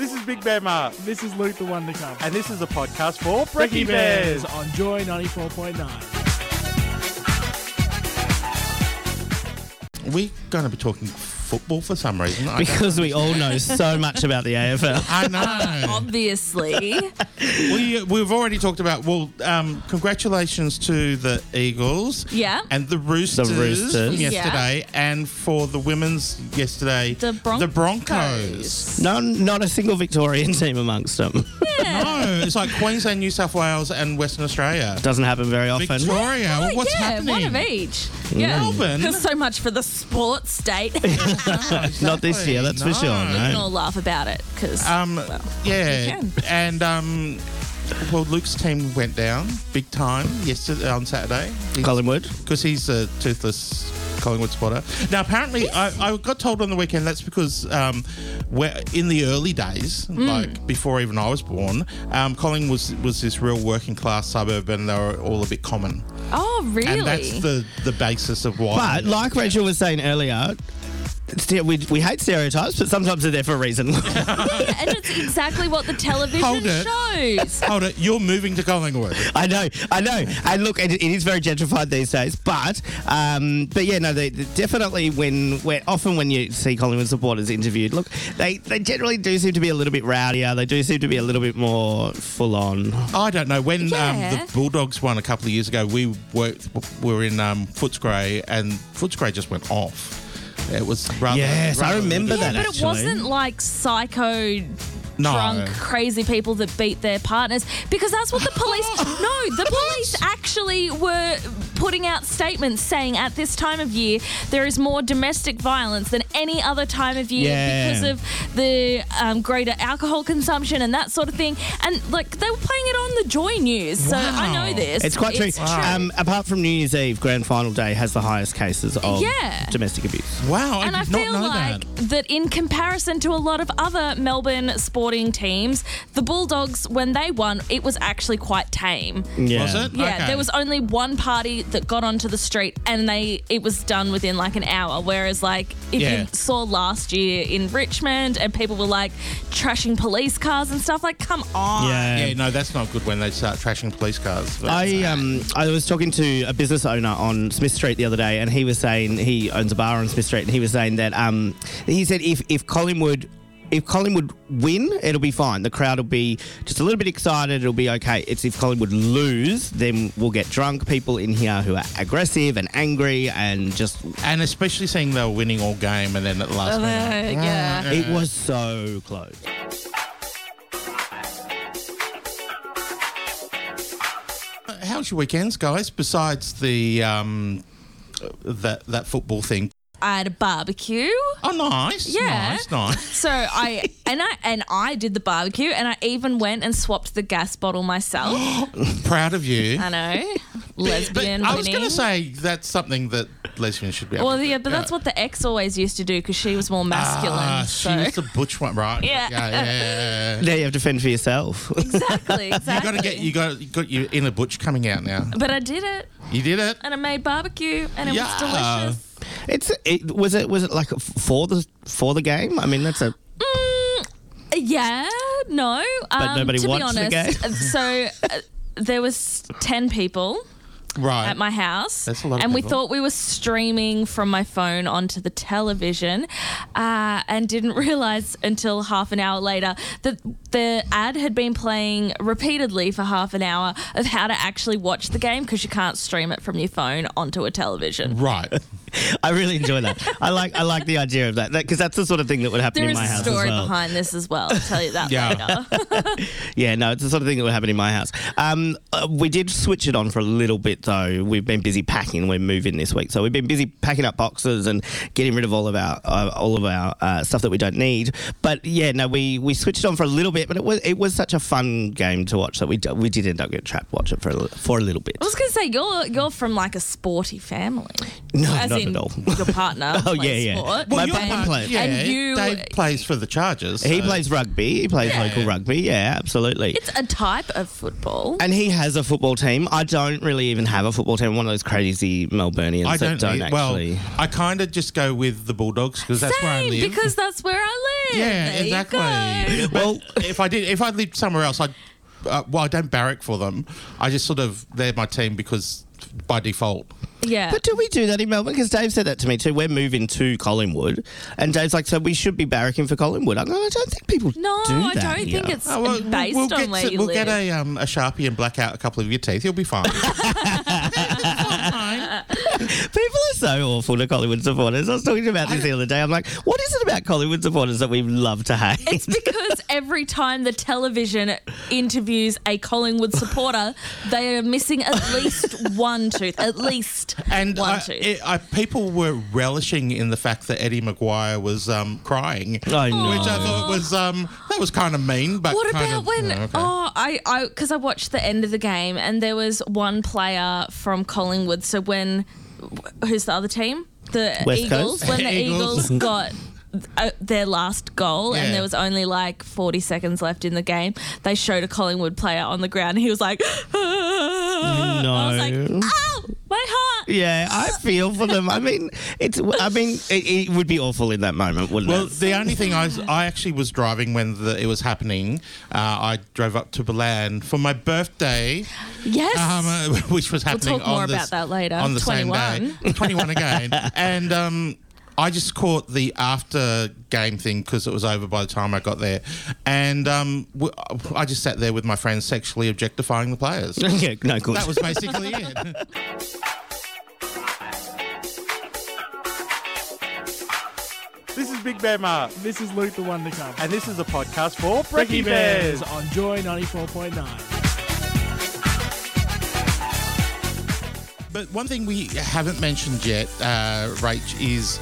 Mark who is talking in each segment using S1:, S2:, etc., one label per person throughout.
S1: is Big Bear Mark,
S2: This is Luke the One to Come.
S1: and this is a podcast for
S2: Brecky
S1: Brecky Bears.
S2: on Joy 94.9.
S3: We're going to be talking football for some reason. I,
S4: because we all know so much about the AFL.
S3: I
S5: Oh.
S3: know.
S5: Obviously.
S3: we, we've already talked about. Well, um, congratulations to the Eagles.
S5: Yeah.
S3: And the Roosters,
S4: Roosters.
S3: from
S5: Yeah.
S3: yesterday, and for the women's yesterday,
S5: The Broncos.
S3: Broncos.
S4: No, not a single Victorian team amongst them.
S3: No, it's like Queensland, New South Wales, and Western Australia.
S4: Doesn't happen very often.
S3: Victoria,
S5: Oh,
S3: what's
S5: yeah,
S3: happening? Mm.
S5: one of each. Yeah.
S3: Melbourne?
S5: There's so much for the sports state.
S4: Not this year, that's for sure,
S5: We can
S4: no.
S5: all laugh about it because
S3: Um, yeah,
S5: you can.
S3: and um, well, Luke's team went down big time yesterday on Saturday.
S4: Collingwood.
S3: because he's a toothless Collingwood spotter. Now, apparently, I, I got told on the weekend that's because um, where in the early days,
S5: Hmm.
S3: like before even I was born, um, Collingwood was was this real working class suburb, and they were all a bit common.
S5: oh really?
S3: And that's the the basis of why.
S4: But like Rachel was saying earlier, ste- we, we hate stereotypes, but sometimes they're there for a reason.
S5: Yeah, and it's exactly what the television
S3: Hold it.
S5: shows.
S3: Hold it, you're moving to Collingwood.
S4: I know, I know. And look, it, it is very gentrified these days. But, um, but yeah, no, they, they definitely when, when often when you see Collingwood supporters interviewed, look, they, they generally do seem to be a little bit rowdier. They do seem to be a little bit more full on.
S3: I don't know when um,
S5: Yeah.
S3: the Bulldogs won a couple of years ago. We were, were in um, Footscray, and Footscray just went off. It was rather.
S4: Yes, I
S3: rather-
S4: remember
S5: Yeah,
S4: that,
S5: but it
S4: actually.
S5: wasn't like psycho,
S3: No.
S5: drunk, crazy people that beat their partners because that's what the police. no, the police actually were putting out statements saying at this time of year there is more domestic violence than any other time of year
S4: Yeah.
S5: because of the um, greater alcohol consumption and that sort of thing. And like they were playing it on the Joy News, so I know this.
S4: It's quite true.
S5: true.
S4: Um, apart from New Year's Eve, Grand Final Day has the highest cases of
S5: Yeah.
S4: domestic abuse.
S3: Wow, I
S5: and
S3: did
S5: I
S3: not
S5: feel
S3: know that.
S5: like that. in comparison to a lot of other Melbourne sporting teams, the Bulldogs, when they won, it was actually quite tame.
S4: Yeah.
S3: Was it?
S5: Yeah,
S3: Okay.
S5: there was only one party that got onto the street, and they it was done within like an hour. Whereas, like if
S3: Yeah.
S5: you saw last year in Richmond, and people were like trashing police cars and stuff, like come on,
S4: Yeah.
S3: Ah, Yeah, no, that's not good when they start trashing police cars. But-
S4: I um I was talking to a business owner on Smith Street the other day, and he was saying he owns a bar on Smith Street, and he was saying that um he said if if Collingwood if Collingwood win, it'll be fine. The crowd will be just a little bit excited. It'll be okay. It's if Collingwood lose, then we'll get drunk people in here who are aggressive and angry and just.
S3: and especially seeing they were winning all game and then at the last
S5: Uh,
S3: minute.
S5: yeah.
S4: It was so close.
S3: How's your weekends, guys? Besides the um, that that football thing.
S5: I had a barbecue.
S3: Oh, nice.
S5: Yeah.
S3: nice, nice.
S5: So I and I and I did the barbecue and I even went and swapped the gas bottle myself.
S3: Proud of you.
S5: I know.
S3: But
S5: Uh, Lesbian
S3: I was
S5: winning.
S3: going to say that's something that lesbians should be. able
S5: well,
S3: to
S5: yeah,
S3: do.
S5: but that's what the ex always used to do because she was more masculine.
S3: Ah, she
S5: so.
S3: was the butch one, right?
S5: Yeah.
S3: yeah, yeah, yeah, yeah.
S4: Now you have to fend for yourself.
S5: exactly, exactly.
S3: You got to get you got you got your inner butch coming out now.
S5: But I did it,
S3: You did it.
S5: and I made barbecue, and it
S3: Yeah.
S5: was delicious.
S4: It's it was it was it like for the for the game? I mean, that's a
S5: Mm, yeah, no. Um,
S4: nobody
S5: to
S4: watched
S5: be
S4: the
S5: honest, so uh, there was ten people.
S3: Right.
S5: at my house.
S3: That's a lot of
S5: and we
S3: people.
S5: thought we were streaming from my phone onto the television uh, and didn't realize until half an hour later that the ad had been playing repeatedly for half an hour of how to actually watch the game because you can't stream it from your phone onto a television.
S3: right.
S4: I really enjoy that. I like I like the idea of that because that's the sort of thing that would happen
S5: There
S4: in
S5: is
S4: my
S5: a
S4: house
S5: story
S4: as well.
S5: behind this as well. I'll tell you that
S3: Yeah.
S5: later.
S4: Yeah, no, it's the sort of thing that would happen in my house. Um, uh, we did switch it on for a little bit though. We've been busy packing. We're moving this week, so we've been busy packing up boxes and getting rid of all of our uh, all of our uh, stuff that we don't need. But yeah, no, we we switched it on for a little bit, but it was it was such a fun game to watch that we d- we did end up getting trapped watch it for a, li- for a little bit.
S5: I was going to say you're you're from like a sporty family.
S4: No,
S5: As
S4: not
S5: in
S4: at all.
S5: your partner.
S4: Oh,
S5: plays
S4: yeah, yeah.
S5: Sport,
S4: Well,
S3: Well,
S4: My
S3: your
S4: band
S3: part-
S4: plays.
S3: Yeah,
S5: And you-
S3: Dave plays for the Chargers.
S4: He
S3: so-
S4: plays rugby. He plays local rugby. Yeah, absolutely.
S5: It's a type of football.
S4: And he has a football team. I don't really even have a football team. I'm one of those crazy Melburnians
S3: I
S4: that
S3: don't. e-
S4: don't
S3: well,
S4: actually.
S3: I kind of just go with the Bulldogs because that's where I
S5: Same,
S3: live.
S5: because that's where I
S3: Yeah,
S5: There you
S3: exactly.
S5: go.
S3: Well, if I did, if I lived somewhere else, I'd. Uh, well, I don't barrack for them. I just sort of they're my team because by default.
S5: Yeah.
S4: But do we do that in Melbourne? Because Dave said that to me too. We're moving to Collingwood, and Dave's like, "So we should be barracking for Collingwood." I'm like, I don't think people
S5: no,
S4: do
S5: I
S4: that
S5: don't
S4: here.
S5: think it's
S3: Oh, well,
S5: based
S3: we'll
S5: on
S3: get
S5: where
S3: to-
S5: you
S3: we'll
S5: live.
S3: get a um, a sharpie and black out a couple of your teeth. You'll be fine.
S4: People are so awful to Collingwood supporters. I was talking about this the other day. I'm like, what is it about Collingwood supporters that we love to hate?
S5: It's because every time the television interviews a Collingwood supporter, they are missing at least one tooth. At least
S3: And
S5: one
S3: I,
S5: tooth.
S3: it- I, people were relishing in the fact that Eddie Maguire was um, crying,
S4: I know.
S3: which I thought was um, that was kind of mean. But
S5: What
S3: kind
S5: about
S3: of-
S5: when?
S3: Yeah, okay.
S5: Oh, I, I, because I watched the end of the game, and there was one player from Collingwood. So when, who's the other team? The
S4: West
S5: Eagles.
S4: Coast?
S5: When the
S3: Eagles.
S5: Eagles got. Uh, their last goal,
S3: Yeah.
S5: and there was only like 40 seconds left in the game. They showed a Collingwood player on the ground. He was like, I was like,
S4: No.
S5: oh, my heart.
S4: yeah, I feel for them. I mean, it's. I mean, it, it would be awful in that moment, wouldn't
S3: Well,
S4: it?
S3: the only thing I, was, I actually was driving when the, it was happening, uh, I drove up to Berlin for my birthday,
S5: Yes.
S3: um, uh, which was happening
S5: talk more
S3: on the
S5: about
S3: s-
S5: that later.
S3: On the same day, 21 again, and um, I just caught the after game thing because it was over by the time I got there, and um, w- I just sat there with my friends sexually objectifying the players.
S4: yeah, no good.
S3: that was basically it.
S1: This is Big Bear Mark,
S2: This is Luke the One to Come.
S1: and this is a podcast for
S2: Breaking
S1: Brecky Bears.
S2: on Joy 94.9.
S3: But one thing we haven't mentioned yet, uh, Rach, is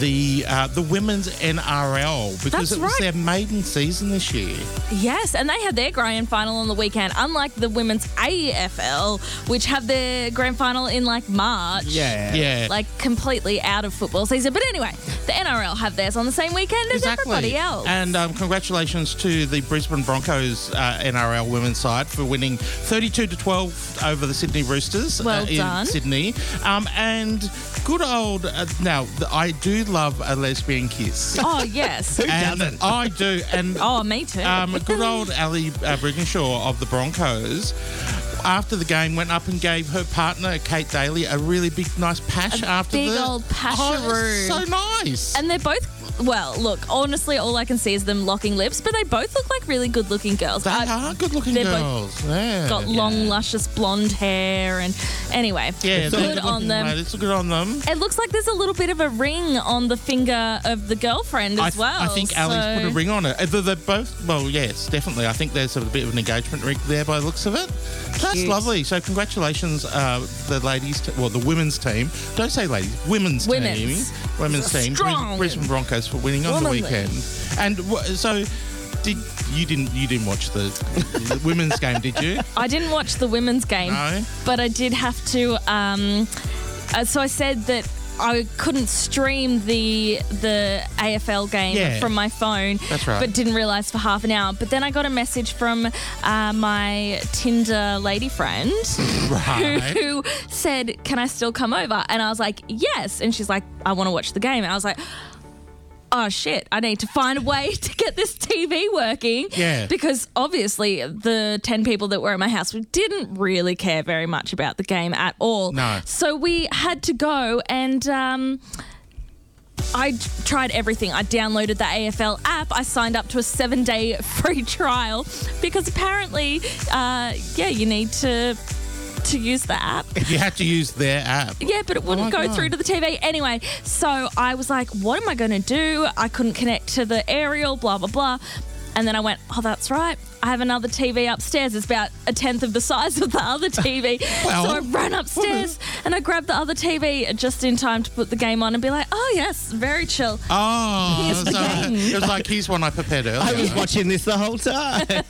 S3: the uh, the women's NRL because
S5: That's
S3: it was
S5: right.
S3: their maiden season this year.
S5: Yes, and they had their grand final on the weekend, unlike the women's AFL, which have their grand final in like March.
S4: yeah.
S3: Yeah,
S5: Like completely out of football season. But anyway, the NRL have theirs on the same weekend as everybody else.
S3: And um, congratulations to the Brisbane Broncos uh, NRL women's side for winning 32 to 12 over the Sydney Roosters
S5: Well
S3: uh, in
S5: done.
S3: Sydney. Um, and good old uh, now th- I do love a lesbian kiss.
S5: oh, yes.
S3: and I do, and
S5: oh, me too.
S3: um, good old Ali uh, Briggenshaw of the Broncos. After the game, went up and gave her partner Kate Daly a really big, nice pash after
S5: big
S3: the
S5: old
S3: Oh,
S5: pasheroo.
S3: so nice.
S5: and they're both. Well, look, honestly, all I can see is them locking lips, but they both look like really good looking girls.
S3: they
S5: I-
S3: are good-looking
S5: they're
S3: girls. yeah.
S5: got long, luscious blonde hair, and anyway,
S3: yeah, they're
S5: good on
S3: good-looking
S5: them.
S3: ladies. Good on them.
S5: It looks like there's a little bit of a ring on the finger of the girlfriend
S3: I,
S5: as
S3: th-
S5: well.
S3: I think Ali's
S5: so-
S3: put a ring on it. Uh, They're, they're both, well, yes, definitely. I think there's a bit of an engagement ring there by the looks of it. That's lovely. So, congratulations, uh, the ladies, t- well, the women's team. Don't say ladies, women's,
S5: Women's.
S3: team. Women's team. Bris-
S5: Strong.
S3: Brisbane Broncos for winning on
S5: Womanly.
S3: the weekend. And w- so. Did, you didn't you didn't watch the, the women's game, did you?
S5: I didn't watch the women's game,
S3: No.
S5: but I did have to. Um, uh, so I said that I couldn't stream the the AFL game
S3: Yeah.
S5: from my phone.
S3: That's right.
S5: But didn't realise for half an hour. But then I got a message from uh, my Tinder lady friend.
S3: Right.
S5: who said, Can I still come over? And I was like, Yes. And she's like, I want to watch the game. And I was like, Oh shit, I need to find a way to get this TV working.
S3: Yeah.
S5: Because obviously, the 10 people that were at my house we didn't really care very much about the game at all.
S3: No.
S5: So we had to go and. Um, I d- tried everything. I downloaded the AFL app. I signed up to a seven day free trial because apparently, uh, yeah, you need to to use the app.
S3: you had to use their app.
S5: Yeah, but it
S3: Oh my
S5: wouldn't go
S3: God.
S5: through to the TV anyway. So I was like, what am I going to do? I couldn't connect to the aerial, blah, blah, blah. And then I went, oh, that's right. I have another TV upstairs. It's about a tenth of the size of the other TV.
S3: Well.
S5: so I ran upstairs and I grabbed the other TV just in time to put the game on and be like, oh, yes, very chill.
S3: Oh,
S5: Here's the
S3: so
S5: game.
S3: it was like here's one I prepared earlier.
S4: I was watching this the whole time.
S3: Yeah.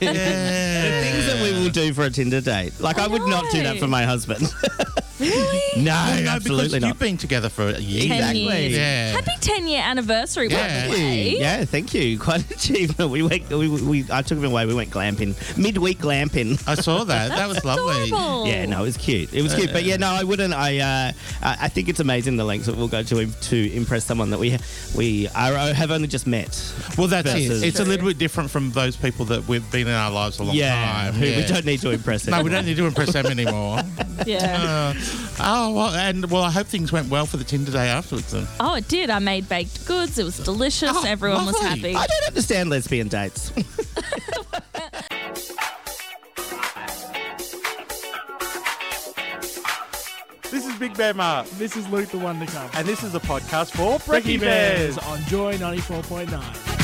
S4: Things that we will do for a Tinder date. Like, I, would not do
S5: know.
S4: that for my husband.
S5: Really?
S4: No,
S3: Well, no, because
S4: absolutely not.
S3: you've been together for years.
S5: Ten
S4: Exactly.
S5: years.
S3: Yeah.
S5: Happy 10 year anniversary, by
S3: Yeah.
S5: the way.
S4: Yeah, thank you. Quite an achievement. We went. We, we, I took him away. We went glamping. Midweek glamping.
S3: I saw that. that was lovely.
S5: Adorable.
S4: Yeah, no, it was cute. It was cute, but yeah, no, I wouldn't. I uh, I I think it's amazing the lengths that we'll go to to impress someone that we we are uh, have only just met.
S3: Well, that's
S4: Versus-
S3: it. It's a little bit different from those people that we've been in our lives a long
S4: yeah,
S3: time.
S4: who we
S3: Yeah.
S4: don't need to impress.
S3: No, we
S4: anymore.
S3: don't need to impress them anymore. Uh,
S5: Yeah.
S3: oh well, and well, I hope things went well for the Tinder day afterwards. Then
S5: Oh, it did. I made baked goods. It was delicious.
S3: Oh,
S5: Everyone was
S3: lovely.
S5: happy.
S4: I don't understand lesbian dates.
S1: This is Big Bear Ma,
S2: This is Luke the One to Come.
S1: and this is a podcast for
S2: Breaking
S1: Brekkie Bears.
S2: on Joy 94.9.